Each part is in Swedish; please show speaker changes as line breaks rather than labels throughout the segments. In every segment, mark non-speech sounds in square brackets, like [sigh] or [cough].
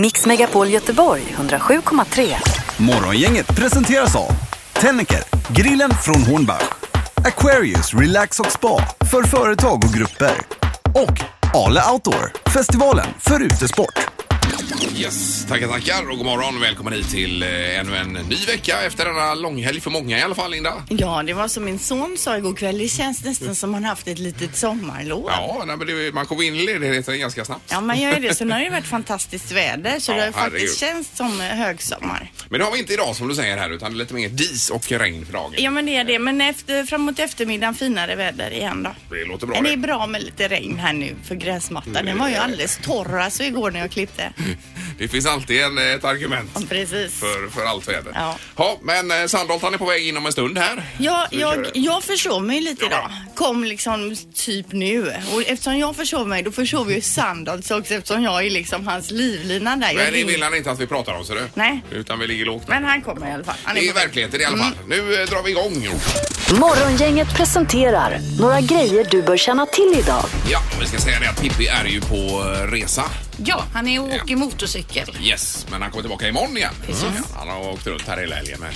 Mix Megapol Göteborg 107,3.
Morgongänget presenteras av Tennecker, grillen från Hornbach Aquarius Relax och Spa för företag och grupper och Ale Outdoor, festivalen för utesport.
Yes, tackar, tackar och god morgon. Välkommen hit till eh, ännu en ny vecka efter denna långhelg för många i alla fall, Linda.
Ja, det var som min son sa igår kväll. Det känns nästan som man haft ett litet sommarlov. Ja.
Ja, nej, men det, man kommer in i ledigheten ganska snabbt.
man gör ju det. Sen har det ju varit fantastiskt väder så
Ja,
det har ju
herregud.
faktiskt känts som eh, högsommar.
Men det har vi inte idag som du säger här utan det är lite mer dis och regn för dagen.
Ja, men det är det. Men efter, framåt eftermiddagen finare väder igen då.
Det låter bra
Men det är
det. Mm,
bra med lite regn här nu för gräsmattan. Den var ju alldeles torr alltså igår när
[laughs]
jag klippte.
Det finns alltid en, eh, ett argument
Ja, Precis.
Mm. för, för allt väder.
Ja.
ja, men eh, Sandholt han är på väg in om en stund här.
Ja,
Så vi kör
jag,
det.
jag försov mig lite
Ja.
idag. Kom liksom typ nu. Och eftersom jag försov mig då försov ju Sandholt också eftersom jag är liksom hans livlina där. Jag
Men det
ring-
vill han inte att vi pratar om, ser du.
Nej.
Utan vi ligger lågt.
Men han kommer i alla fall. Han
Det är
på väg. Mm.
verkligheten i alla fall. Nu eh, drar vi igång.
Morgongänget presenterar några grejer du bör känna till idag.
Ja, och vi ska säga det att Pippi är ju på eh, resa.
Ja, han är och åker motorcykel.
Yes, men han kommer tillbaka imorgon igen. Mm. Ja, han har åkt runt här hela helgen med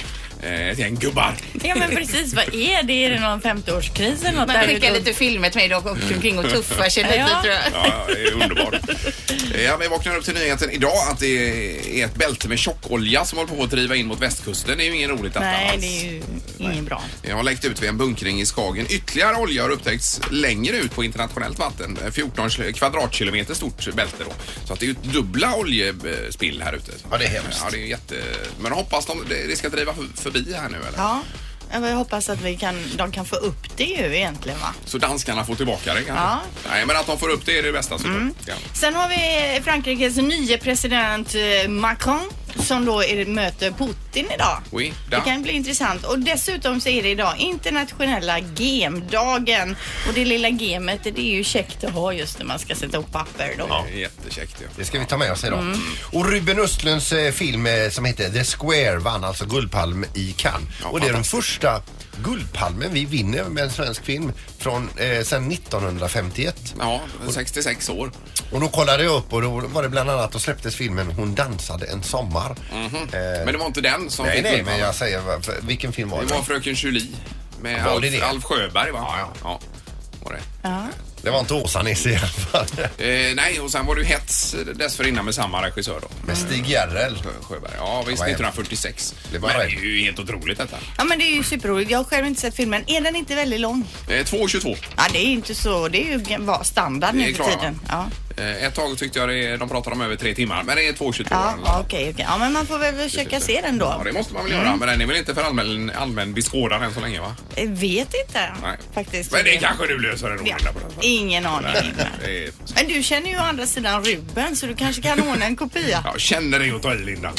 eh, ett gäng gubbar.
Ja men precis, vad är det? Är det någon 50-årskris eller
Man
något? där
skickar
ute?
lite filmer till mig och åker omkring och tuffar sig lite
Ja.
tror jag.
Ja, det är underbart. Eh, Ja, vi vaknar upp till nyheten idag att det är ett bälte med tjockolja som håller på att driva in mot västkusten. Det är ju inget roligt detta
Nej,
alls.
det är ju inget bra.
Jag har läckt ut vid en bunkring i Skagen. Ytterligare olja har upptäckts längre ut på internationellt vatten. 14 kvadratkilometer stort bälte då. Så att det är ju dubbla oljespill här ute.
Ja, det är hemskt.
Ja, det är ju jätte... Men hoppas de, det ska driva förbi här nu eller?
Ja. Ja, men Jag hoppas att vi kan, de kan få upp det ju egentligen va.
Så danskarna får tillbaka det kanske?
Ja. Mm.
Nej, men att de får upp det är det bästa. typ. såklart. Ja.
Sen har vi Frankrikes nye president eh, Macron som då är, möter Putin idag.
Oui,
Det
da.
kan bli intressant. Och dessutom så är det idag internationella gemdagen. Och det lilla gemet det är ju käckt att ha just när man ska sätta upp papper då.
Det är Jättekäckt. Ja.
Det ska vi ta med oss idag. Och Ruben Östlunds eh, film eh, som heter The Square vann alltså Guldpalm i Cannes.
Ja,
och det är den första Guldpalmen vi vinner med en svensk film från eh, sedan 1951.
Ja, 66 år.
Och då kollade jag upp och då var det bland annat, då släpptes filmen Hon dansade en sommar. Eh,
Mhm. Men det var inte den som
nej,
fick
nej,
Guldpalmen.
men jag säger, vad- för- vilken film var
Det
det?
var Fröken Julie med
Var
Alf,
det det?
Alf Sjöberg, va?
Ja,
ja. Var det.
Det var inte Åsa-Nisse i alla fall.
Eh, nej, och sen var det ju Hets dessförinnan med samma regissör då.
Med Stig Gerrel.
Sjöberg. Ja, visst,
Vad
1946.
Det var
men det är
hemskt.
ju helt otroligt detta.
Ja men det är ju superroligt. Jag har själv inte sett filmen. Är den inte väldigt lång?
Eh, 2.22.
Ja det är ju inte så. Det är ju g- va- standard
Det
nu
är
för
klara,
tiden.
va?
Ja,
Eh, ett tag tyckte jag det, de pratade om över tre timmar, men det är 2.22.
ja,
eller
ja Mm.
något.
okej. okej. Ja men man får väl försöka se den
Ja,
då.
det måste man väl göra, men den är väl inte för allmän, allmän beskådan än så länge va?
Jag vet inte
Nej.
faktiskt.
Men det kanske du löser ändå
Ja.
Linda, på den här.
Ingen aning. Ingmar.
Det är-
Men du känner ju å andra sidan Ruben så du kanske kan ordna en kopia.
Ja, känner dig att ta i Linda.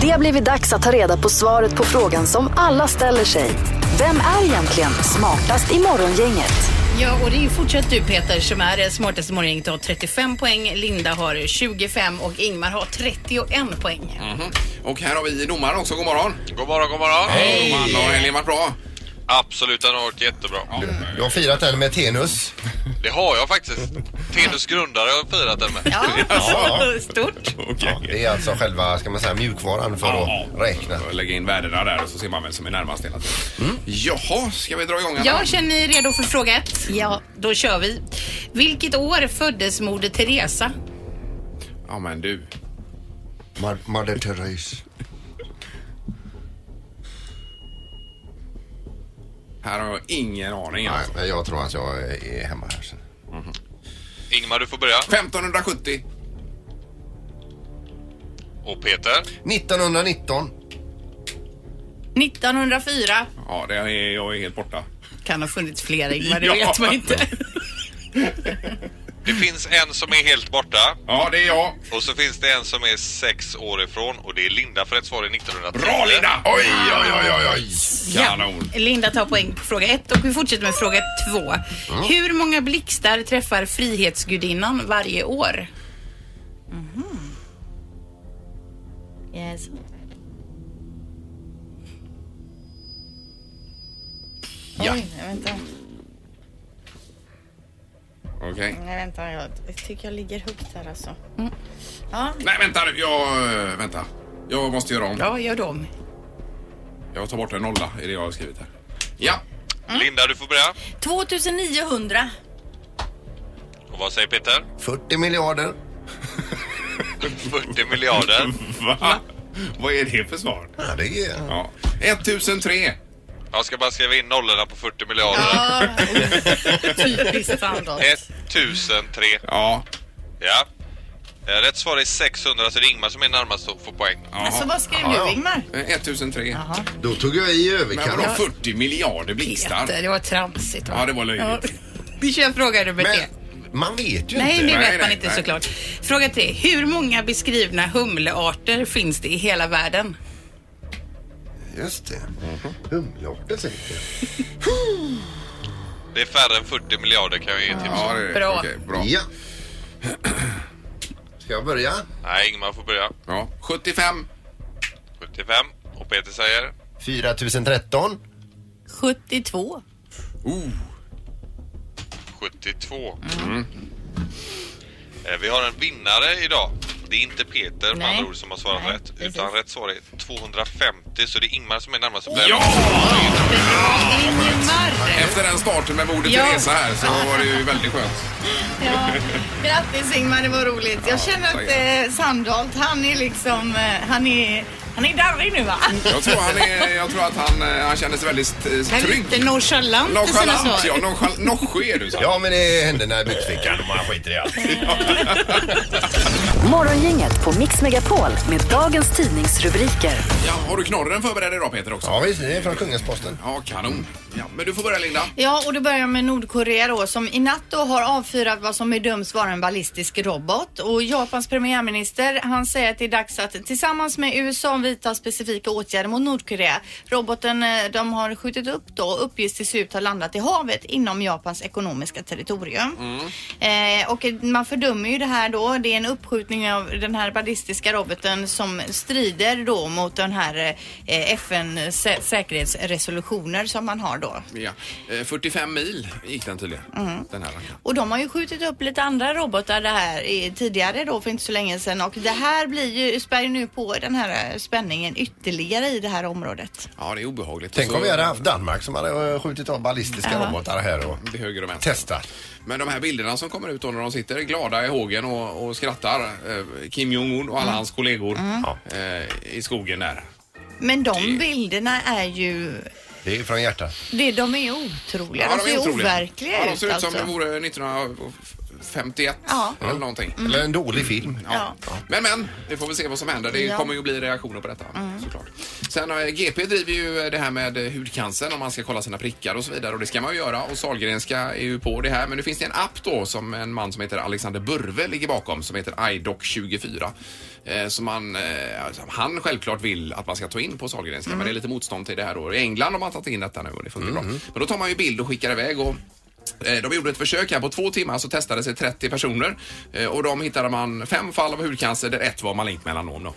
Det har blivit dags att ta reda på svaret på frågan som alla ställer sig. Vem är egentligen smartast i morgongänget?
Ja, och det är ju fortsatt du Peter som är det smartaste morgongänget och har 35 poäng. Linda har 25 och Ingmar har 31 poäng.
Mhm. Och här har vi domaren också, god morgon.
God morgon, god morgon.
Hej! Domaren har helgen varit bra?
Absolut, den har varit jättebra.
Du har firat den med Tenus.
Det har jag faktiskt. Tenus grundare har jag firat den med.
[laughs]
Ja.
Stort.
Okej.
Det är alltså själva, ska man säga, mjukvaran för att räkna.
Lägga in värdena där och så ser man vem som är närmast hela tiden. Jaha, ska vi dra igång? Anna?
Ja, känner ni er redo för fråga ett? Ja, då kör vi. Vilket år föddes Moder Teresa?
ja men du.
Mar- Mother Therese.
Här har jag ingen aning.
Nej,
Alltså.
men jag tror att jag är hemma här sen.
Ingmar, du får börja.
1570.
Och Peter.
1919.
1904.
Ja, det är, jag är helt borta.
Kan ha funnits flera Ingmar, det
Ja.
vet man inte.
Det finns en som är helt borta
Ja, det är jag.
och så finns det en som är sex år ifrån och det är Linda för ett svar är 1910.
Bra Linda!
Oj, oj, oj, oj, oj.
Kanon.
Ja. Linda tar poäng på fråga ett och vi fortsätter med fråga två. Hur många blixtar träffar Frihetsgudinnan varje år?
Mhm. Yes.
Ja.
Oj, nej, vänta.
Okej.
Mm.
Nej, vänta. Jag tycker jag ligger högt här alltså. Ja.
Nej, vänta nu. Jag... eh, Vänta. Jag måste göra om.
Ja, gör dem.
Jag tar bort en nolla i det jag har skrivit här. Ja.
Linda, du får börja.
2900.
Och vad säger Peter?
40 miljarder.
40 miljarder.
[laughs] Va? Vad är det för svar?
Ja, det är...
Ja. 1003.
Jag ska bara skriva in nollorna på 40 miljarder.
Ja, typiskt Sandholt.
1003.
Ja.
Ja. Eh, Rätt svar är 600, så det är Ingmar som är närmast och får poäng.
Jaha.
Så vad skrev
Ja, ja.
du Ingmar?
Eh, 1003.
Då tog jag i
Men
överkant.
vadå 40 miljarder blixtar?
Det var tramsigt. va?
Ja, det var löjligt.
Vi kör fråga nummer tre.
Men man vet ju
Nej, det
inte.
Nej,
vet man
nej,
inte
nej.
såklart. Fråga tre. Hur många beskrivna humlearter finns det i hela världen?
Just det. Humlearter säger jag.
Det är färre än 40 miljarder kan jag ge tips om.
Ja, det,
Bra.
okej, bra.
Ja. Ska jag börja?
Nej, Ingmar får börja.
Ja. 75.
75. Och Peter säger?
4013.
72.
Oh.
72. Eh, Vi har en vinnare idag. Det är inte Peter med
Nej.
andra ord som har svarat
Nej,
rätt.
precis.
Utan rätt svar är 250. Så det är Ingmar som är närmast. och börjar.
Ja!
Ingmar!
Efter den starten med Moder
Ja.
Teresa här så var det
[laughs]
ju väldigt skönt.
Ja. Grattis Ingmar, det var roligt. Jag känner att eh, Sandholt, han är liksom, eh, han är, han är darrig nu va?
Jag tror, han är, jag tror att han, eh, han känner sig väldigt eh,
Han är lite
trygg.
nonchalant i sina
Nonchalant, ja.
svar.
nonchal- Norsjö är du, sa
Ja, men det händer när byxfickan och man skiter i allt.
Morgongänget på Mix Megapol med dagens tidningsrubriker.
Ja, har du knorren förberedd idag Peter också?
Ja, visst. Det är från Kungensposten.
Ja, kanon. Ja, men du får börja Linda.
Ja, och då börjar jag med Nordkorea då som i natt då har avfyrat vad som bedöms vara en ballistisk robot. Och Japans premiärminister, han säger att det är dags att tillsammans med USA vidta specifika åtgärder mot Nordkorea. Roboten eh, de har skjutit upp då uppges till slut ha landat i havet inom Japans ekonomiska territorium. Eh, och man fördömer ju det här då. Det är en uppskjutning av den här ballistiska roboten som strider då mot den här eh, FN-säkerhetsresolutioner som man har då.
Ja. Eh, 45 mil gick den tydligen.
Mm.
Den här.
Och de har ju skjutit upp lite andra robotar det här i- tidigare då för inte så länge sedan och det här blir ju, spär ju nu på den här eh, spänningen ytterligare i det här området.
Ja, det är obehagligt.
Tänk
Så-
om vi hade haft Danmark som hade eh, skjutit av ballistiska robotar här och
Det är höger och vänster.
testat.
Men de här bilderna som kommer ut då när de sitter glada i hågen och, och skrattar, eh, Kim Jong-Un och alla
Mm.
hans kollegor eh, i skogen där.
Men de
Det-
bilderna är ju,
Det är från hjärtat.
det, de är ju otroliga. de ser
otroliga.
overkliga
ja, de
ut
ser ut som
alltså.
det vore 1951
Ja.
eller någonting.
Eller en dålig film.
Ja. Men men, vi får väl se vad som händer. Det
Ja.
kommer ju bli reaktioner på detta såklart. Sen eh, GP driver ju eh, det här med eh, hudcancern om man ska kolla sina prickar och så vidare och det ska man ju göra och Sahlgrenska är ju på det här. Men nu finns det en app då som en man som heter Alexander Burve ligger bakom som heter iDoc24 eh, som man, eh, som han självklart vill att man ska ta in på Sahlgrenska men det är lite motstånd till det här då. I England har man tagit in detta nu och det funkar bra. Men då tar man ju bild och skickar iväg och Eh, De gjorde ett försök här på två timmar så testade sig 30 personer Eh, och de hittade man fem fall av hudcancer där ett var malignt melanom. Då.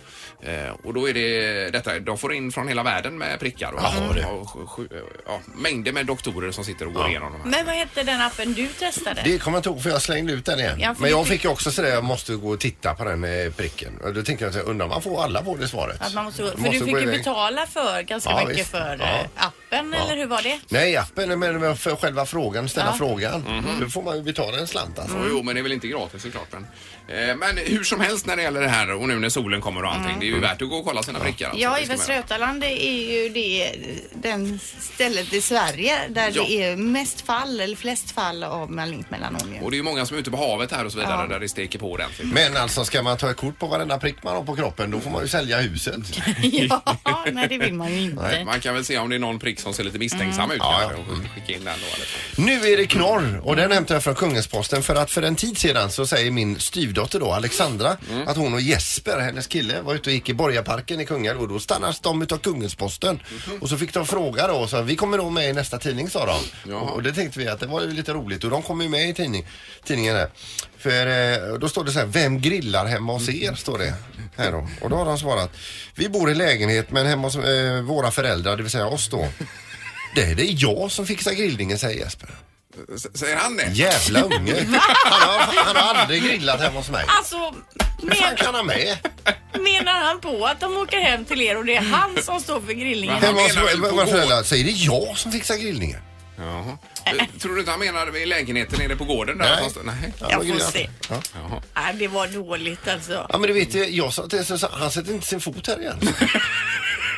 Eh, Och då är det detta, de får in från hela världen med prickar och, och sju- sju- ja, mängder med doktorer som sitter och går igenom de här.
Men vad hette den appen du testade?
Det kommer jag inte ihåg för jag slängde ut den igen.
Ja, för
Men
det
jag
fick-
fick ju också sådär, jag måste gå och titta på den eh, pricken. Och då tänkte jag, så här, undrar om man får alla på det svaret?
Att man måste, för
Måste
du
gå
fick ju
iväg.
betala för ganska
Ja,
mycket
visst.
för
Ja.
eh, appen eller hur var det?
Nej, appen, men men för själva frågan, ställa frågan. Då får man ju betala en slant alltså.
Mm.
Jo, men det är väl inte gratis såklart. Men, eh, men hur som helst när det gäller det här och nu när solen kommer och allting. Det är ju värt att gå och kolla sina prickar. alltså.
Mm. Ja,
Det
i
ska man
Västra
göra.
Götaland det är ju det den stället i Sverige där
Ja.
det är mest fall eller flest fall av malignt melanom. ju.
[laughs] Och det är ju många som är ute på havet här och så vidare
Ja.
där det steker på ordentligt.
Men alltså ska man ta ett kort på varenda prick man har på kroppen då får man ju sälja huset.
[laughs] Ja, nej Mm. det vill man ju inte.
Man kan väl se om det är någon prick som ser lite misstänksam ut
Ja,
kanske,
ja.
och skicka in den då. Eller så.
Nu är det knorr och den hämtar jag från Kungensposten för att för en tid sedan så säger min styvdotter då Alexandra att hon och Jesper, hennes kille, var ute och gick i Borgarparken i Kungälv och då stannas de utav Kungensposten. Och så fick de fråga då, så här, vi kommer då med i nästa tidning sa de.
Jaha.
Och, och det tänkte vi att det var ju lite roligt och de kommer ju med i tidning, tidningen här. För eh, då står det så här, vem grillar hemma hos er? Står det här då. Och då har de svarat, vi bor i lägenhet men hemma hos eh, våra föräldrar, det vill säga oss då. Det är det jag som fixar grillningen, säger Jesper.
S- Säger han det?
Jävla unge. Han har, han har aldrig grillat hemma hos mig.
Alltså,
Hur fan
men,
kan han med?
menar han på att de åker hem till er och det är han som står för grillningen?
Men-
Hemma hos
menar väl på
våra
gård.
föräldrar säger det jag som fixar grillningen.
Jaha. Eh, Tror du inte han menar i lägenheten nere på gården? Där
Nej.
någonstans? Nej.
Han har
Jag får
grillat.
se.
Ja.
Jaha.
Nej, det var dåligt alltså.
Ja men du vet, jag sa till Susanne, han sätter inte sin fot här igen.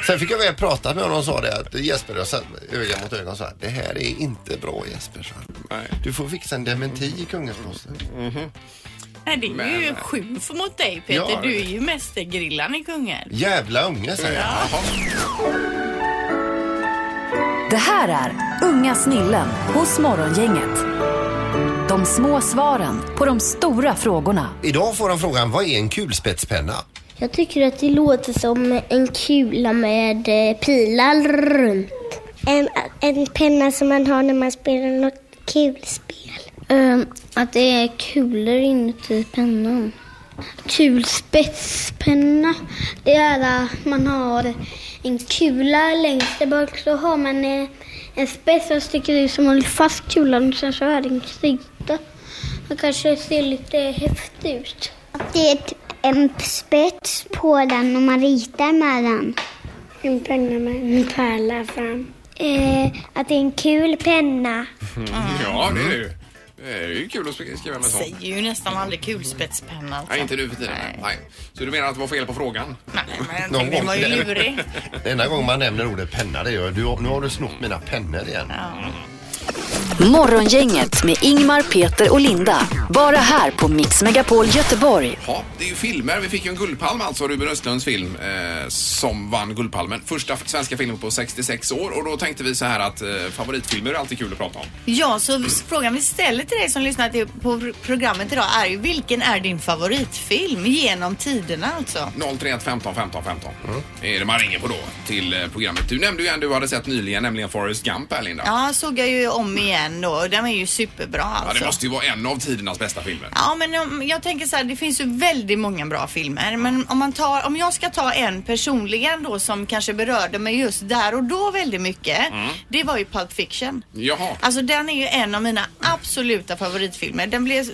Sen fick jag väl prata med honom och sa det att Jesper, jag satt öga mot öga och sa det här är inte bra Jesper. sa han.
Nej.
Du får fixa en dementi i Kungälvsposten.
Nej, det är
Men-
ju skymf mot dig Peter.
Ja, det-
du är ju mästergrillaren i Kungälv.
Jävla unge säger han.
Det här är Unga snillen hos Morgongänget. De små svaren på de stora frågorna.
Idag får han frågan, vad är en kulspetspenna?
Jag tycker att det låter som en kula med eh, pilar runt. En, en penna som man har när man spelar något kul spel. Ehm, att det är kulor inuti pennan. Kul spetspenna. Det är att man har en kula längst där bak så har man eh, en spets som sticker ut som håller fast kulan och sen så är det en krita. Det kanske ser lite häftigt ut. Det är typ en spets på den och man ritar med den. En penna med en pärla fram. Eh, att det är en kul penna.
Ja, det är det ju. Det är ju kul att sk- skriva med sånt.
Säger ju nästan aldrig kulspetspenna. Alltså.
Nej, inte nu för tiden. Nej. Så du menar att det var fel på frågan?
Nej, men
Någon
den var ju
gång.
lurig.
[laughs] Den enda gången man nämner ordet penna det gör du, nu har du snott mina pennor igen.
Morgongänget med Ingmar, Peter och Linda. Bara här på Mix Megapol Göteborg.
Ja, det är ju filmer. Vi fick ju en Guldpalm alltså, Ruben Östlunds film eh, som vann Guldpalmen. Första f- svenska filmen på 66 år och då tänkte vi så här att eh, favoritfilmer är alltid kul att prata om.
Ja, så frågan vi ställer till dig som lyssnar till på programmet idag är ju vilken är din favoritfilm genom tiderna alltså?
031 15 15 15 är det man ringer på då till eh, programmet. Du nämnde ju en du hade sett nyligen, nämligen Forrest Gump här Linda.
Ja, såg jag ju om igen då. Den är ju superbra
Ja,
alltså.
det måste ju vara en av tidernas bästa filmer.
Ja, men om, jag tänker så här, det finns ju väldigt många bra filmer. Men om, man tar, om jag ska ta en personligen då som kanske berörde mig just där och då väldigt mycket.
Mm.
Det var ju Pulp Fiction.
Jaha.
Alltså den är ju en av mina absoluta favoritfilmer. Den, blev,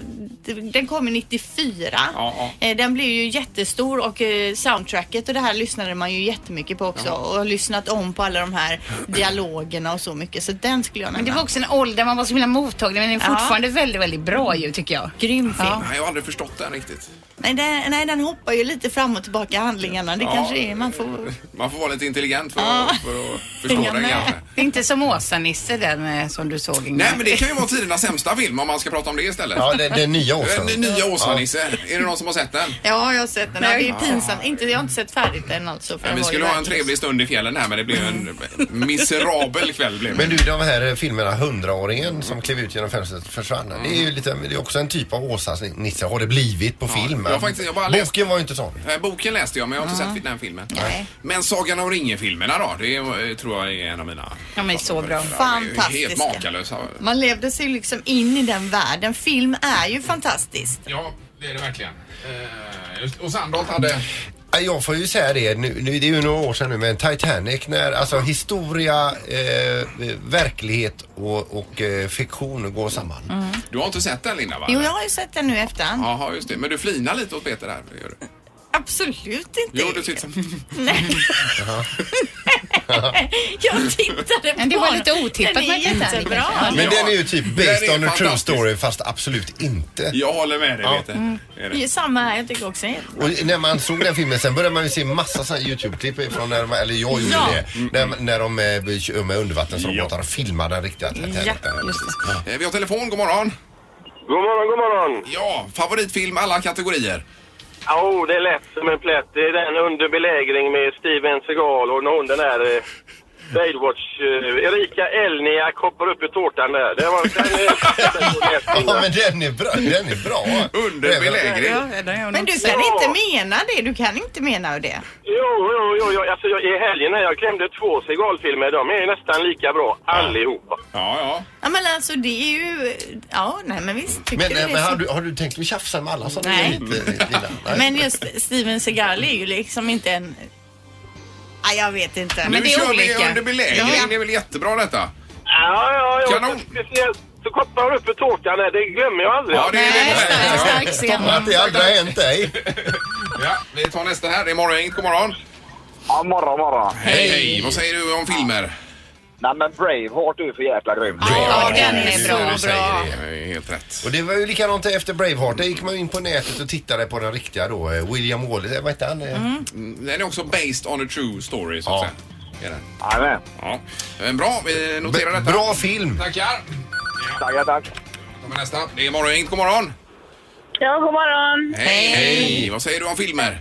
den kom ju 94.
Ja,
Eh, Den blev ju jättestor och eh, soundtracket och det här lyssnade man ju jättemycket på också. Och har lyssnat om på alla de här dialogerna och så mycket. Så den skulle jag nämna.
Men det var också en ålder man var så himla mottaglig men den är fortfarande väldigt, väldigt bra ju tycker jag.
Grym film.
Nej, jag har aldrig förstått den riktigt.
Nej, den, nej, den hoppar ju lite fram och tillbaka i handlingarna. Det kanske är man får...
Man får vara lite intelligent för, att, för att förstå
Hänga
den
med.
kanske.
Det är inte som Åsa-Nisse den eh, som du såg Ingmar.
Nej, men det kan ju vara tidernas sämsta film om man ska prata om det istället.
Ja, den, den nya Åsa.
Den nya Åsa-Nisse. Är det någon som har sett den?
Ja, jag har sett den. det är pinsamt. Inte, jag har inte sett färdigt den alltså. För
Nej,
den
vi
var ju
skulle ha en
värdelös.
trevlig stund i fjällen här men det blev en miserabel kväll. Blev det.
Men du, de här filmerna, hundraåringen som klev ut genom fönstret försvann. Det är ju
Mm.
lite, det är också en typ av Åsa-Nisse har det blivit på film.
jag har faktiskt- jag bara läst-
Boken var ju inte sån.
Eh, Boken läste jag men jag har inte sett den filmen. Men Sagan om ringen-filmerna då? Det är, eh, tror jag är en av mina.
De är så bra.
Ja, det är ju Helt
Fantastiska.
makalösa.
Man levde sig liksom in i den världen. Film är ju fantastiskt.
Ja, det är det verkligen. Eh, och Sandholt hade...
Ja, Jag får ju säga det, nu, nu, det är ju några år sedan nu, men Titanic när alltså historia, eh, verklighet och, och eh, fiktion går samman.
Du har inte sett den Linda va?
Jo, jag har ju sett den nu i efterhand.
Jaha, just det. Men du flinar lite åt Peter här. Gör [laughs] du.
Absolut inte.
Jo, du tittar.
[laughs]
Jag tittade på
Men det var
den.
lite otippat
Den är
med Titanic,
jättebra.
kanske.
Men
Ja,
den är ju typ
den är
based on a true
fantastisk.
story fast absolut inte.
[laughs] Jag håller med dig Peter. Är det.
Det är Samma här, jag tycker också. en-
Och när man såg den filmen sen började man ju se massa sådana Youtube-klipp från när de, eller jag gjorde
Ja.
det, när, när de eh, kör med undervattensrobotar och filmar den riktiga Titanic.
Eh, Vi har telefon, god morgon.
God morgon, god morgon.
Ja, favoritfilm alla kategorier.
Åh, oh, det är lätt som en plätt. Det är den under belägring med Steven Seagal och när hon den där eh, Baywatch. Eh, Erika Elniak hoppar upp i tårtan där. Det var, den, är- den
Ja
är
men den är bra, den är bra.
Under belägring.
Men du kan
Ja.
inte mena det. Du kan inte mena det.
Jo, jo, jo, jo. Alltså, jag, i helgen när jag klämde två Seagal-filmer. De är ju nästan lika bra allihopa.
Ja, ja.
Ja, men alltså det är ju... Ja, nej men visst. Tycker
Men,
du det
eh, men
så-
har, du, har du tänkt att tjafsa med alla som
Nej.
är lite illa? Nej.
Men just Steven Seagal är ju liksom inte en...
Ja, jag vet inte.
Men
nu
det är
kör vi
olika.
under belägring.
Ja.
Det är väl jättebra detta?
Ja, ja, ja.
Kanon.
Speciellt, så koppar upp i tårtan där, det glömmer jag aldrig.
Ja, det är det. Stark, stark scen.
Att det aldrig har hänt dig.
Ja, vi tar nästa här. Det är morgongänget. God morgon.
Ja, morgon, morgon.
Hej, hej. Vad säger du om filmer?
Nej men Braveheart du är för jäkla grym.
Ja, den är bra.
Du säger det. det är helt rätt.
Och det var ju likadant efter Braveheart. Där gick man in på nätet och tittade på den riktiga då. eh, William Wallace, eh, vad hette han? Eh,
Mm, Den är också based on a true story, så att säga. Är den.
Jajamän.
Ja. Eh, Bra, vi noterar detta.
Bra film.
Tackar.
Tackar, tack.
Då kommer nästa. Det är morgongänget. God morgon.
Ja, god morgon.
Hej, hej. Vad säger du om filmer?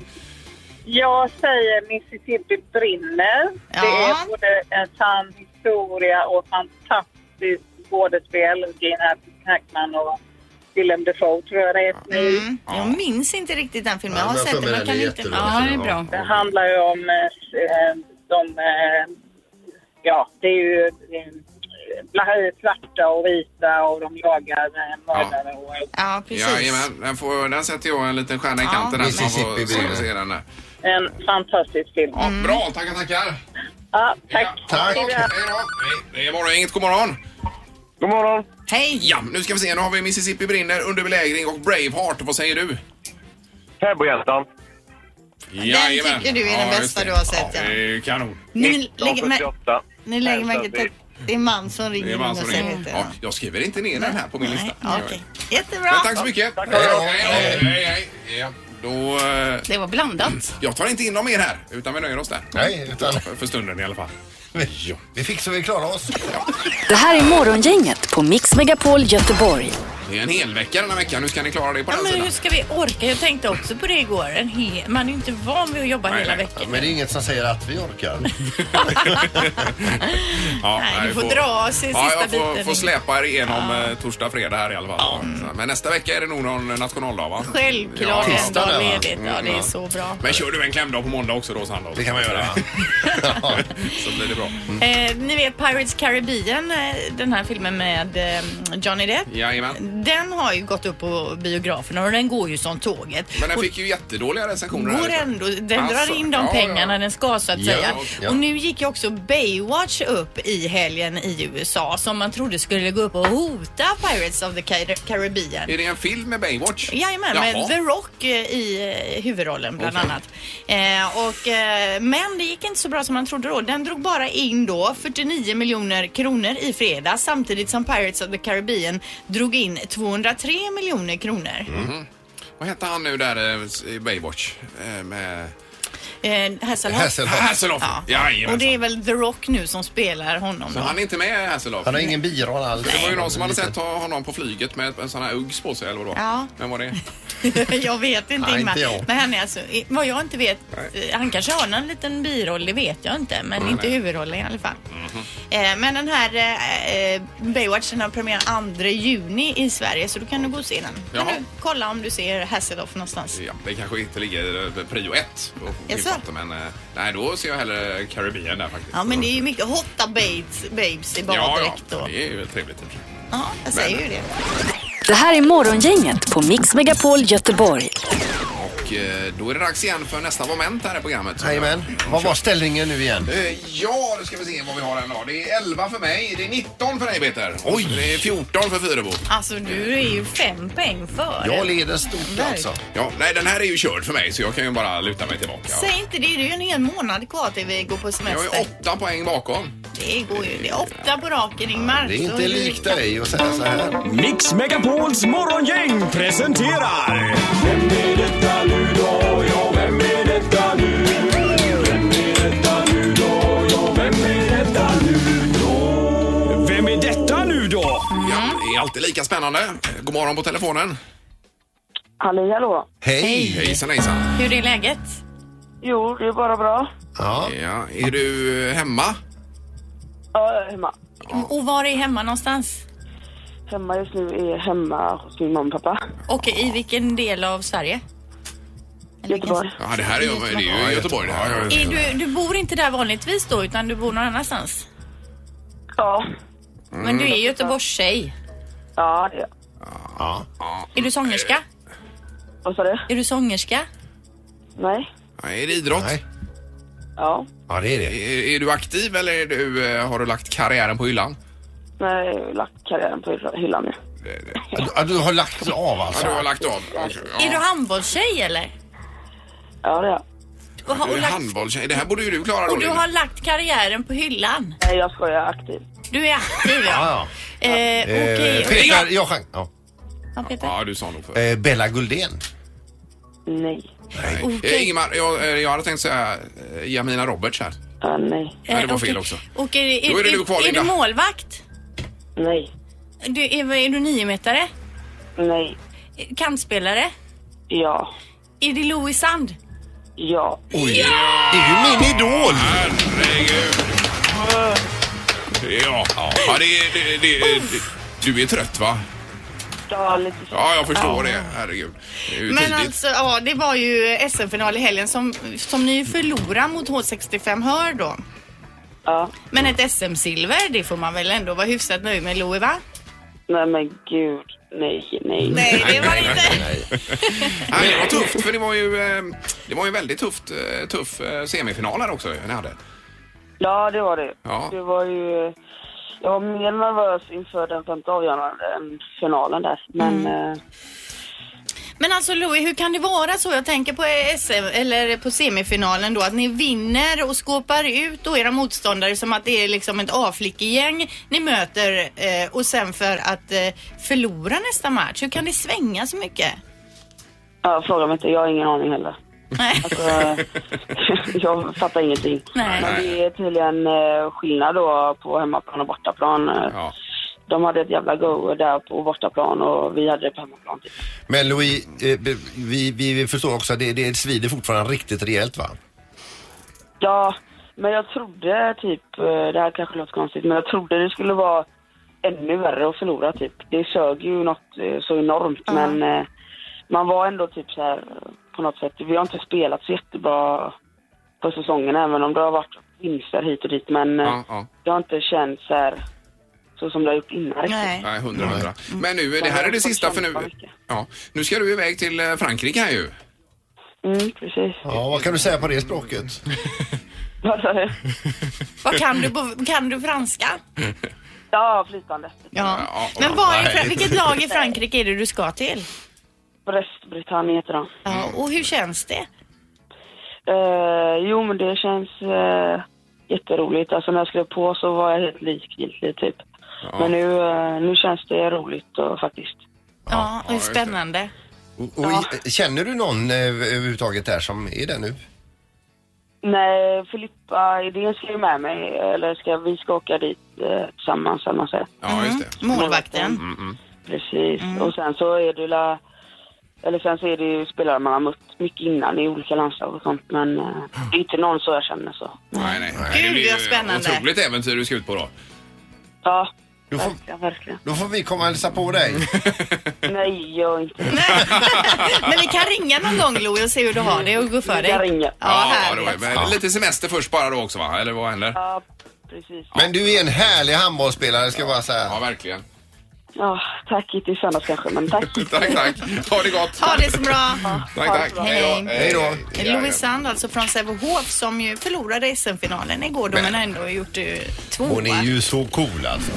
Jag säger Mississippi brinner. Det är både en sann historia och fantastiskt skådespel. Gina Hackman och Willem Dafoue tror jag det är.
Mm. Jag minns inte riktigt den filmen. Jag har
men jag
sett
får
den.
med
Man
den.
kan
Det är
inte...
jätterolig
Ja, det är
film.
bra.
Det handlar ju om eh, de... Eh, ja, det är ju eh, bla- svarta och vita och de jagar eh, mördare. Och,
ja,
Jajamän, den, får, den sätter jag en liten stjärna i
Ja.
kanten. här, så man får
Mississippi
se-
brinner.
se den där.
En fantastisk film.
Bra, tackar, tackar.
Ja, tack.
Tack. Hej då. Hej. Det är morgongänget. God morgon.
God morgon.
Hej.
Ja, nu ska vi se. Nu har vi Mississippi brinner, under belägring och Braveheart. Vad säger du?
Fäbodhjältan.
Jajamän.
tycker du är den
just
bästa
det.
du har sett,
Ja,
ja.
det är kanon.
Ni lägger, mär-
1978.
ni lägger märke till att det är man som ringer.
Det är man som
och säger
ringer.
det.
Ja, jag skriver inte ner den här på min lista.
Ja, okej. Jättebra.
Men tack så mycket.
Tack.
Hej då. Hej, hej, hej. Ja, Då, eh,
Det var blandat.
jag tar inte in dem mer här, utan vi nöjer oss där.
Nej, utan...
För för stunden i alla fall.
Ja. Vi fick så vi klarade oss.
Det här är Morgongänget på Mix Megapol Göteborg.
Det är en hel vecka den här veckan. Hur ska ni klara det på
Ja,
den
men
sidan?
hur ska vi orka? Jag tänkte också på det igår. En he- man är ju inte van vid att jobba hela veckan.
Men det är inget som säger att vi
[laughs]
orkar.
Ja,
Nej, du
vi
får dra oss i
ja,
sista
jag får,
biten.
får släpa er igenom eh, torsdag, fredag här i alla fall. Så, Men nästa vecka är det nog någon nationaldag va?
Självklart
Ja,
en
tisdag
dag
där, va?
ledigt. Ja, det
Mm,
är
ja.
så bra.
Men kör du en klämdag på måndag också då Sandra? Det
kan
[laughs]
man göra.
Så blir det bra.
Eh, ni vet Pirates Caribbean, eh, den här filmen med eh, Johnny Depp.
Jajamän.
Den har ju gått upp på biograferna och den går ju som tåget.
Men den
Och-
fick ju jättedåliga recensioner.
Går ändå, den
Alltså,
drar in de
ja,
pengarna den ska så att
Ja,
säga.
ja.
Och nu gick ju också Baywatch upp i helgen i USA som man trodde skulle gå upp och hota Pirates of the Car- Caribbean.
Är det en film med Baywatch?
Jajamän,
Jaha.
med The Rock eh, i eh, huvudrollen bland
Okej.
annat. Eh, och, eh, men det gick inte så bra som man trodde då. Den drog bara in då 49 miljoner kronor i fredags samtidigt som Pirates of the Caribbean drog in 203 miljoner kronor.
Mhm. Vad hette han nu där eh, i Baywatch? Eh, Med... [laughs]
Eh, Hasselhoff.
Hasselhoff.
Ja.
Jajamensan.
Och det är väl The Rock nu som spelar honom
Så
då.
han är inte med Hasselhoff?
Han har ingen biroll alls.
Det var ju någon som hade sett ha- honom på flyget med en sån här Uggs på sig eller vad det var.
Ja.
Vem var det?
[laughs] jag vet inte
Nej,
Ingmar.
inte jag.
Men han är alltså, i- vad jag inte vet, eh, han kanske har någon liten biroll, det vet jag inte. Men
Nej,
inte
nej. Mhm.
huvudrollen i alla fall. Eh, men den här eh, eh, Baywatch den har premiär 2 juni i Sverige så då kan du gå och se den. Kan
Jaha.
du kolla om du ser Hasselhoff någonstans.
Ja, det kanske inte ligger eh, prio ett. på min
Jaså?
platta, Men eh, nej, då ser jag hellre Karibien där faktiskt.
Ja men det är ju mycket hotta babes, babes i baddräkt.
ja, ja, det är ju trevligt. i och för sig.
Ja, jag säger ju det.
Det här är Morgongänget på Mix Megapol Göteborg.
Och eh, då är det dags igen för nästa moment här i programmet. Så-
Jajamän. Vad var ställningen nu igen?
Eh, Ja, nu ska vi se vad vi har här idag. Det är 11 för mig, det är 19 för dig Peter. Oj! Det är 14 för Fyrebo.
Alltså du är ju fem poäng före.
leder stort
alltså.
Ja, nej, den här är ju körd för mig så jag kan ju bara luta mig tillbaka.
Säg inte det, det är ju en hel månad kvar till vi går på semester.
Jag är åtta poäng bakom.
Det går ju. Det är åtta på raken Ingmar.
Det är
Så
inte likt dig att säga så här.
Mix Megapols morgongäng presenterar... Vem är detta nu då? Ja, vem är detta nu? Vem är detta nu då? Ja, vem är detta nu då? Vem är detta nu då?
Ja, det är alltid lika spännande. Eh, God morgon på telefonen.
Hallå, hallå.
Hej!
Hejsan hejsan.
Hur är läget?
Jo, det är bara bra.
Ja.
ja. Är du eh, hemma?
Ja, jag är hemma.
Och var är hemma någonstans?
Hemma just nu är jag hemma hos min mamma och pappa.
Och i vilken del av Sverige?
Göteborg.
Ja, det här är, ju- det är ju i Göteborg det här.
Är du, du bor inte där vanligtvis då, utan du bor någon annanstans?
Ja.
Men du är Göteborgstjej.
Ja, det är jag.
Ja.
Är du sångerska?
Vad sa du?
Är du sångerska?
Nej.
Nej, är det idrott? Nej.
Ja.
Ja, det är det.
Är, är du aktiv eller är du, eh, har du lagt karriären på hyllan?
med lackkarriären på hyllan nu.
Ja, du har lagt av alltså?
Ja, du har lagt av.
Är du handbollstjej eller?
Ja, det är jag.
Och, har-
Du
och,
är
lagt,
handbollstjej. Det här borde ju du klara då.
och du
Linda.
har lagt karriären på hyllan?
Nej, jag skojar. Jag är aktiv.
Du
[laughs]
är aktiv ja.
Ja,
Eh,
ja.
Okej.
Eh, Peter, jag chans. Ja.
Ja, Peter.
Ja, du sa nog för.
Eh, Bella Guldén.
Nej.
Nej. Eh, Ingemar, jag, eh, jag hade tänkt säga eh, Jamina Roberts här.
Ja, nej.
Nej, det var
okej.
fel också.
Och är, är,
Då är det
är,
du kvar,
är,
Linda.
du målvakt?
Nej.
Du, är, är du niometare?
Nej.
Kantspelare?
Ja.
Är det Louis Sand?
Ja.
Oj! Det är ju min idol!
Herregud! Ja, ja det, är- det, det, det, du är trött va?
Ja, lite så.
Ja, jag förstår det. Herregud. Det är ju
Men
tidigt.
alltså, ja, det var ju SM-final i helgen som, som ni förlorar mot H65 Hör då.
Ja.
Men ett SM-silver, det får man väl ändå vara hyfsat nöjd med, Louie, va?
Nej, men gud. Nej, nej.
Nej, det var det inte.
Nej, det var tufft för det var ju, eh, det var ju väldigt tufft, eh, tuff eh, semifinal här också ni hade.
Ja, det var det.
Ja.
Det var ju... eh, Jag var mer nervös inför den femte avgörande än finalen där. Men eh,
Men alltså Louie, hur kan det vara så? Jag tänker på SM, eller på semifinalen då, att ni vinner och skåpar ut då era motståndare som att det är liksom ett A-flickegäng ni möter eh, och sen för att eh, förlora nästa match. Hur kan det svänga så mycket?
ja, fråga mig inte. Jag har ingen aning heller.
Nej.
Alltså, [laughs] eh, jag fattar ingenting.
Nej.
Men det är tydligen eh, skillnad då på hemmaplan och bortaplan. Eh, De hade ett jävla go där på bortaplan och vi hade det på hemmaplan. Typ.
Men Louis, eh, b- vi, vi, vi förstår också att det, det svider fortfarande riktigt rejält va?
Ja, men jag trodde typ, eh, det här kanske låter konstigt, men jag trodde det skulle vara ännu värre att förlora typ. Det sög ju något eh, så enormt men eh, man var ändå typ så här eh, på något sätt, vi har inte spelat så jättebra på säsongen även om det har varit vinster hit och dit men eh,
Ja, ja.
det har inte känts så här så som det har gjort innan riktigt.
Nej, hundra, hundra.
Mm.
Men nu, det här är det sista för nu. Ja, nu ska du iväg till eh, Frankrike här ju.
Mm, precis. [laughs]
Ja, vad kan du säga på det språket?
Vad sa du?
Vad kan du, på, kan du franska?
Ja, flytande.
Ja.
ja,
Men var i,
nej.
Fra- vilket lag i Frankrike är det du ska till?
Brestbritannien heter de.
Mm. Ja, och hur känns det?
Eh, jo, men det känns eh, jätteroligt. Alltså när jag skrev på så var jag helt likgiltig typ. Men nu, eh, nu känns det roligt och, faktiskt.
Ja, och spännande.
Och, och, i- Känner du någon eh, överhuvudtaget där som är där nu?
Nej, Filippa Idén ska ju med mig. Eller ska, vi ska åka dit eh, tillsammans, eller man säger.
Mm.
Ja, just det.
Målvakten. [laughs]
Precis. Och sen så är det la, eller sen så är det ju spelare man har mött mycket innan i olika landslag och sånt. Men eh, det är inte någon så jag känner så.
Nej, nej.
Mm. Gud,
det blir
vad
ju
spännande.
Otroligt äventyr du ska ut på då.
Ja,
Då får,
verkligen, verkligen.
då får vi komma och hälsa på dig.
Nej, jag inte.
Men vi kan ringa någon gång Louie och se hur du har det och gå för dig.
Jag ringer.
Ja,
ja, då är,
härligt.
men Lite semester först bara då också va? Eller vad händer?
Ja, precis.
[laughs] Men du är en härlig handbollsspelare ska jag bara säga.
Ja, verkligen. [laughs]
Ja, tack. Inte i söndags kanske, men tack.
Tack, tack. Ha det gott.
Ha det så bra.
Tack, tack.
Hej.
Hej då.
Louis Sand alltså från Sävehof som ju förlorade SM-finalen igår då men ändå gjort eh, två.
Hon är ju så cool alltså.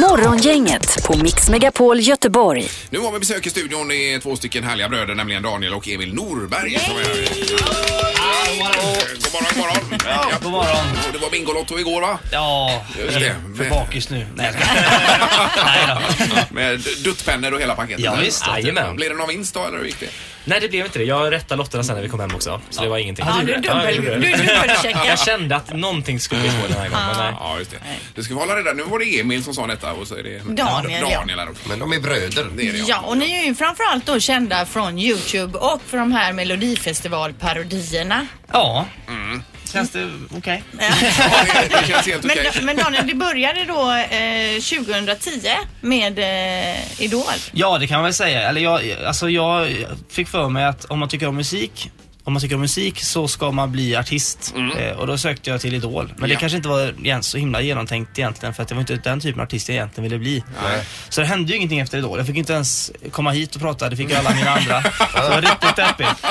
Morgongänget på Mix Megapol Göteborg.
Nu har vi besök i studion. Det är två stycken härliga bröder, nämligen Daniel och Emil Norberg. Som är här. God morgon, god morgon. Ja, god morgon. Det var Bingolotto igår va?
Ja,
Just det.
för
Med,
bakis nu. Nej, [laughs]
[laughs] med duttpennor och hela paketet.
Ja, visst. Jajamän.
Blev det någon vinst då eller hur gick det?
Nej, det blev inte det. Jag rättade lotterna sen när vi kom hem också. Så det var ingenting.
Ja, du är dubbel-
Ja, jag gjorde det.
du är
[laughs]
dubbelcheckad.
Jag kände att någonting skulle gå den här gången. Men nej.
Ja, just det. Det ska vi hålla reda Nu var det Emil som sa detta och så är det
Daniel, ja.
Daniel här också.
Men de är bröder.
Det är det,
Ja, och ni är ju framförallt då kända från Youtube och för de här Melodifestivalparodierna.
Ja. Känns det okej?
det känns helt
Men, men Daniel, det började då eh, 2010 med eh, Idol.
Ja, det kan man väl säga. Eller jag, alltså jag fick för mig att om man tycker om musik
om man tycker om musik så ska man bli artist.
Mm.
Eh, och då sökte jag till Idol. Men det
Ja.
kanske inte var igen, så himla genomtänkt egentligen för att det var inte den typen av artist jag egentligen ville bli.
Nej.
Så det hände ju ingenting efter Idol. Jag fick inte ens komma hit och prata. Det fick ju alla mina andra. Så det var riktigt deppigt.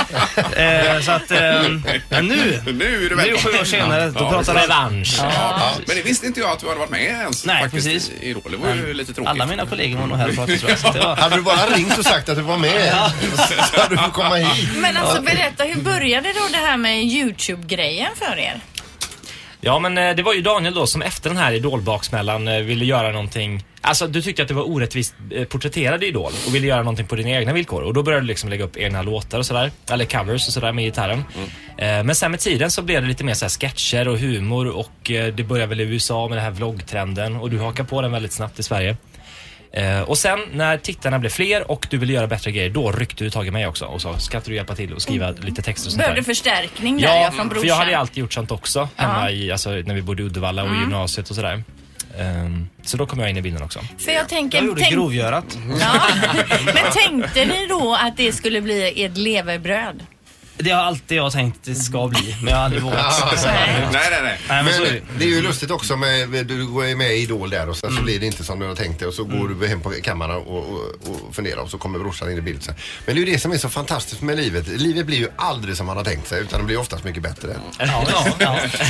Eh, så att, eh, men nu,
[laughs] nu är du
nu
välkommen.
sju år senare, då
Ja,
pratar
precis.
Ja.
Ja. Men det visste inte jag att du hade varit med ens.
Nej,
faktiskt,
precis.
i- I Råd. Det var ju lite tråkigt. Mm.
Alla mina kollegor var nog här och pratade tror jag. så att det var-
Hade du bara ringt och sagt att du var [laughs] med så hade du fått komma hit.
Men alltså berätta, hur började då det här med Youtube-grejen för er?
Ja, men eh, det var ju Daniel då som efter den här idolbaksmällan eh, ville göra någonting. Alltså du tyckte att det var orättvist eh, porträtterad i Idol och ville göra någonting på dina egna villkor. Och då började du liksom lägga upp egna låtar och sådär. Eller covers och sådär med gitarren. Eh, Men sen med tiden så blev det lite mer så här sketcher och humor och eh, det började väl i USA med den här vloggtrenden och du hakar på den väldigt snabbt i Sverige. Eh, och sen när tittarna blev fler och du ville göra bättre grejer, då ryckte du tag i mig också och sa ska inte du hjälpa till och skriva lite texter och sånt där?"
Behövde förstärkning där ja, från brorsan.
för jag hade ju alltid gjort sånt också hemma
Ja.
i, alltså, när vi bodde i Uddevalla och i
Mm.
gymnasiet och sådär. Ehm, så då kom jag in i bilden också.
För jag tänker, tänk-
grovgörat.
[laughs] men tänkte ni då att det skulle bli ert levebröd?
Det har alltid jag tänkt det ska bli, men jag
[laughs]
har aldrig vågat. säga det.
nej.
Nej, men
men
så är
det. Mm.
det.
är ju lustigt också med, du går ju med i Idol där och sen så blir det inte som du har tänkt dig och så går du hem på kammaren och, och, och funderar och så kommer brorsan in i bilden sen. Men det är ju det som är så fantastiskt med livet. Livet blir ju aldrig som man har tänkt sig utan det blir oftast mycket bättre.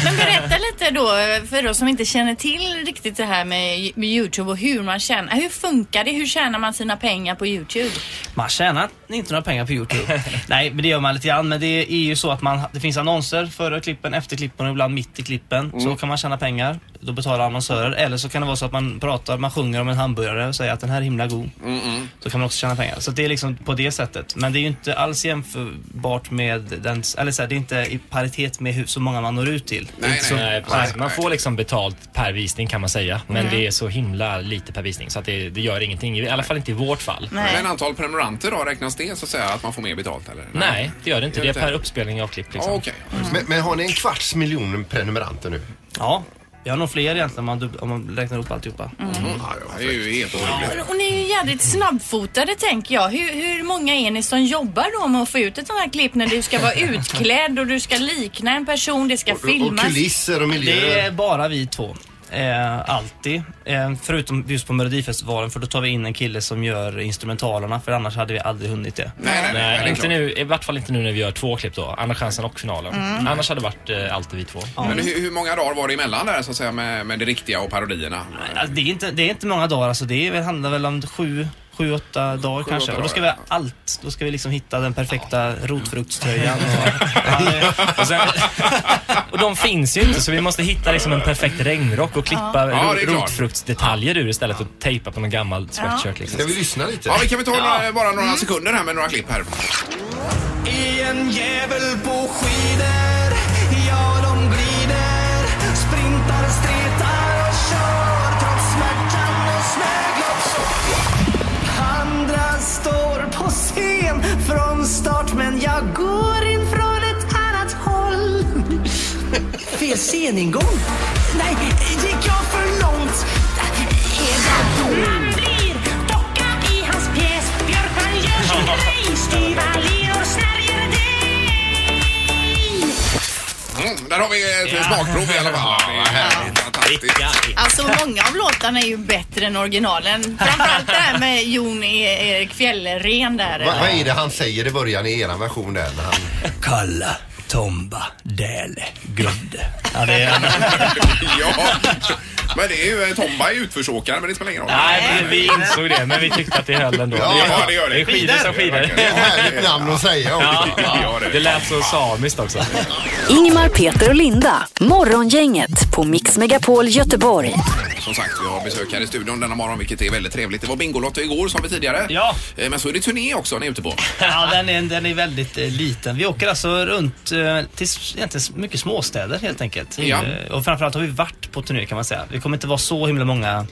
Men berätta lite då för oss som inte känner till riktigt det här med med Youtube och hur man tjänar. Hur funkar det? Hur tjänar man sina pengar på Youtube?
Man tjänar inte några pengar på Youtube. Nej, men det gör man lite grann. Men det är ju så att man, det finns annonser före klippen, efter klippen och ibland mitt i klippen. Så kan man tjäna pengar. Då betalar annonsörer. Eller så kan det vara så att man pratar, man sjunger om en hamburgare och säger att den här är himla god. Då kan man också tjäna pengar. Så det är liksom på det sättet. Men det är ju inte alls jämförbart med den, eller så här, det är inte i paritet med hur så många man når ut till. Det är inte så,
Nej, precis. Man får liksom betalt per visning kan man säga. Men
Mm.
det är så himla lite per visning så att det, det gör ingenting. I alla fall inte i vårt fall.
Men antal prenumeranter då, räknas det så att säga att man får mer betalt eller?
Nej, det gör det inte. Det är per
upp.
uppspelning av klipp
Liksom.
liksom.
Men, men har ni en kvarts miljon prenumeranter nu?
Ja, jag har nog fler egentligen om man, dubb- om man räknar upp alltihopa.
Det är ju helt otroligt.
Och ni är ju jädrigt snabbfotade tänker jag. Hur, hur många är ni som jobbar då med att få ut ett sånt här klipp när du ska vara utklädd och du ska likna en person, det ska filmas?
Det är bara vi två. Eh, alltid. Eh, förutom just på Melodifestivalen för då tar vi in en kille som gör instrumentalerna för annars hade vi aldrig hunnit det.
Nej, inte nu, I vart fall inte nu när vi gör två klipp då. Andra chansen och finalen.
Mm.
Annars hade det varit eh, alltid vi två.
Men hur, hur många dagar var det emellan där så att säga med, med det riktiga och parodierna?
Alltså, det, är inte, det är inte många dagar alltså. Det är, handlar väl om sju, sju åtta dagar
åtta
kanske. Och då ska vi
dagar,
ha allt. Då ska vi liksom hitta den perfekta rotfruktströjan.
[laughs]
Och, och, sen,
Och de finns ju inte så vi måste hitta liksom en perfekt regnrock och klippa
Ja. Ja,
ro-
det är klart.
rotfruktsdetaljer ur istället och tejpa på någon gammal sweatshirt. Liksom.
Ska vi lyssna lite?
Ja, vi kan väl ta några, bara några sekunder här med några klipp här.
Är en jävel på skidor, ja de glider Sprintar, stretar och kör trots smärtan och smöglopp så Andra står på scen från start men jag går in från ett annat håll Fel sceningång? Nej, gick jag för långt? Är det då? Man blir docka i hans pjäs Björkman gör sin grej, styva leor snärjer dig
Mm, där har vi ett smakprov i alla fall. Det är härligt, fantastiskt.
Alltså många av låtarna är ju bättre än originalen. Framförallt det här med Jon E- Erik Fjällren där.
Va, vad är det han säger i början i eran version där? När han... [laughs]
Kalla Tomba Däle Grunde. Ja, det är...
[laughs] ja, men det är ju, eh, Tomba är ju utförsåkare men det spelar ingen roll.
Nej, men vi insåg det, men vi tyckte att det höll ändå.
Ja, ja, det gör det.
Det är skidor som skidor.
Det är ett
[laughs]
härligt
namn att säga
Ja, det lät så samiskt också.
Ingmar, Peter och Linda. Morgongänget på Mix Megapol Göteborg.
Som sagt, vi har besök här i studion denna morgon vilket är väldigt trevligt. Det var Bingolotto igår som vi tidigare. Ja. Men så är det turné också ni är ute på.
Ja, den är, den är väldigt eh, liten. Vi åker alltså runt eh, till s- egentligen s- mycket småstäder helt enkelt.
Ja.
Eh, och framförallt har vi varit på turné kan man säga. Vi kommer inte vara så himla många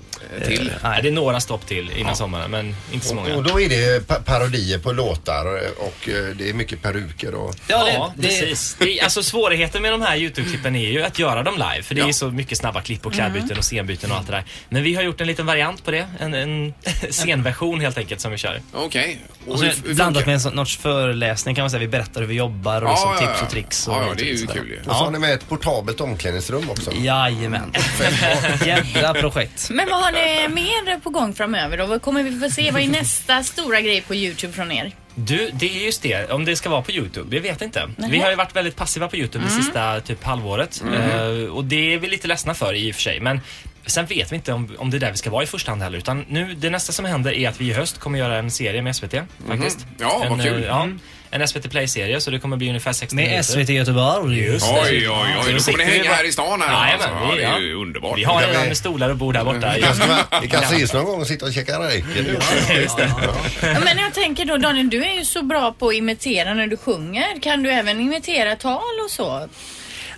till?
Nej, det är några stopp till innan sommaren, men inte så många.
Och då är det pa- parodier på låtar och, och eh, det är mycket peruker och...
Ja, det, precis. Det, är- alltså svårigheten med de här YouTube-klippen är ju att göra dem live. För det är så mycket snabba klipp och klädbyten och scenbyten och allt det där. Men vi har gjort en liten variant på det. En, en [laughs] scenversion helt enkelt som vi kör.
Okej. Och
Alltså,
Och så
hur- hur
blandat med en sån, sorts föreläsning kan man säga. Vi berättar hur vi jobbar och
Ja,
liksom
ja,
tips
ja.
och tricks.
Ja, ja,
lite
det är ju
sådär.
kul ju.
Och så har ni med ett portabelt omklädningsrum också.
Jajamän. Jävla projekt.
Men vad har ni mer på gång framöver då? Vad kommer vi få se? Vad är nästa stora grej på Youtube från er?
Du, det är just det. Om det ska vara på YouTube, jag vet inte.
Nej.
Vi har ju varit väldigt passiva på YouTube det sista typ halvåret. Eh, och det är vi lite ledsna för i och för sig. Men sen vet vi inte om, om det är där vi ska vara i första hand heller. Utan nu, det nästa som händer är att vi i höst kommer göra en serie med SVT faktiskt.
Mm. Ja,
en,
vad kul.
eh, ja, en SVT Play-serie, så det kommer bli ungefär 60
Med
minuter.
SVT Göteborg.
Just det.
Oj, oj, oj. Då
Så
kommer
sitter
ni hänga
vi bara-
här i stan här,
Jajamän,
alltså. Ja,
vi-
det är ju underbart.
Vi har
Det kan
redan
vi-
med stolar och bord här borta.
Vi kan, vi kan ses någon gång och sitta och käka räkor.
Ja, men jag tänker då Daniel, du är ju så bra på att imitera när du sjunger. Kan du även imitera tal och så?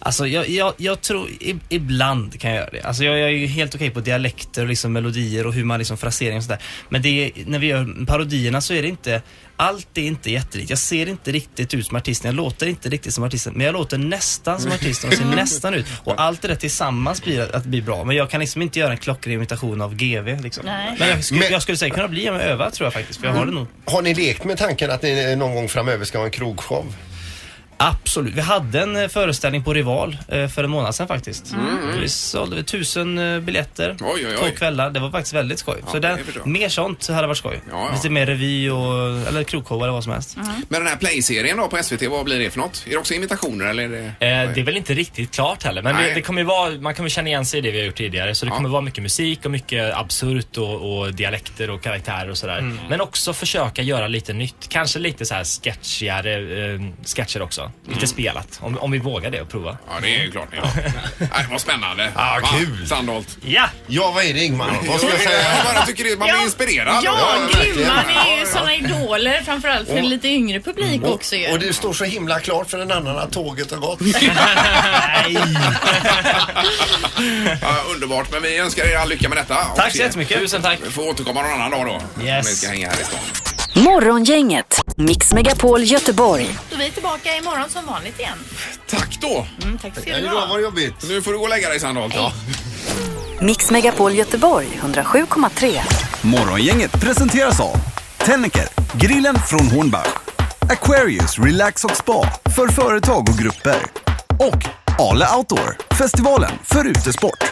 Alltså jag, jag, jag tror, i- ibland kan jag göra det. Alltså jag, jag är ju helt okej på dialekter och liksom melodier och hur man liksom frasering och sådär. Men det, när vi gör parodierna så är det inte, allt är inte jättelikt. Jag ser inte riktigt ut som artisten, jag låter inte riktigt som artisten. Men jag låter nästan som artisten och ser nästan ut. Och allt det där tillsammans blir att, att bli bra. Men jag kan liksom inte göra en klockren imitation av GV liksom.
Nej.
Men jag skulle,
Men-
jag skulle säkert kunna bli om jag övar tror jag faktiskt. För jag har det nog.
Har ni lekt med tanken att ni eh, någon gång framöver ska ha en krogshow?
Absolut. Vi hade en eh, föreställning på Rival eh, för en månad sedan faktiskt. Vi sålde vi tusen eh, biljetter,
Oj, oj, oj.
två kvällar. Det var faktiskt väldigt skoj. så
det
där,
förstår jag.
mer sånt hade varit skoj.
Ja, ja.
Lite mer revy och, eller krogshow eller vad som
Mm.
helst.
Men den här Play-serien då på SVT, vad blir det för något? Är det också imitationer eller? Är det...
Eh, det är väl inte riktigt klart heller, men
Nej.
det, det kommer ju vara, man kommer känna igen sig i det vi har gjort tidigare. Så det kommer vara mycket musik och mycket absurt och, och dialekter och karaktärer och sådär. Men också försöka göra lite nytt. Kanske lite så här sketchigare eh, sketcher också. Lite spelat, om, om vi vågar det och prova.
Ja, det är ju klart ni har. Nej, det var spännande.
Ah,
Va?
kul.
Sandholt.
Ja!
Ja, vad är det Ingmar? [laughs] Vad ska jag
Jag
säga?
bara tycker det, man blir
Ja.
inspirerad.
Ja,
verkligen.
grymma. Ni är
Ja, ja.
ju sådana idoler framförallt för en lite yngre publik också ju.
Och det står så himla klart för en annan att tåget har gått.
[laughs]
[laughs]
Ja, underbart, men vi önskar er all lycka med detta. Och
Tack
se-
så jättemycket. Tusen tack.
Vi får återkomma någon annan dag då.
Yes.
Om ni ska hänga här i stan.
Morgongänget, Mix Megapol Göteborg.
Så vi är tillbaka imorgon som vanligt igen.
Tack då!
Mm, tack ska
Nej,
du
det
ha.
var jobbigt.
Nu får du gå och lägga dig Sandholt. Ja.
Mix Megapol Göteborg 107,3.
Morgongänget presenteras av Tennicker, grillen från Hornbach, Aquarius Relax och Spa för företag och grupper och Ale Outdoor, festivalen för utesport.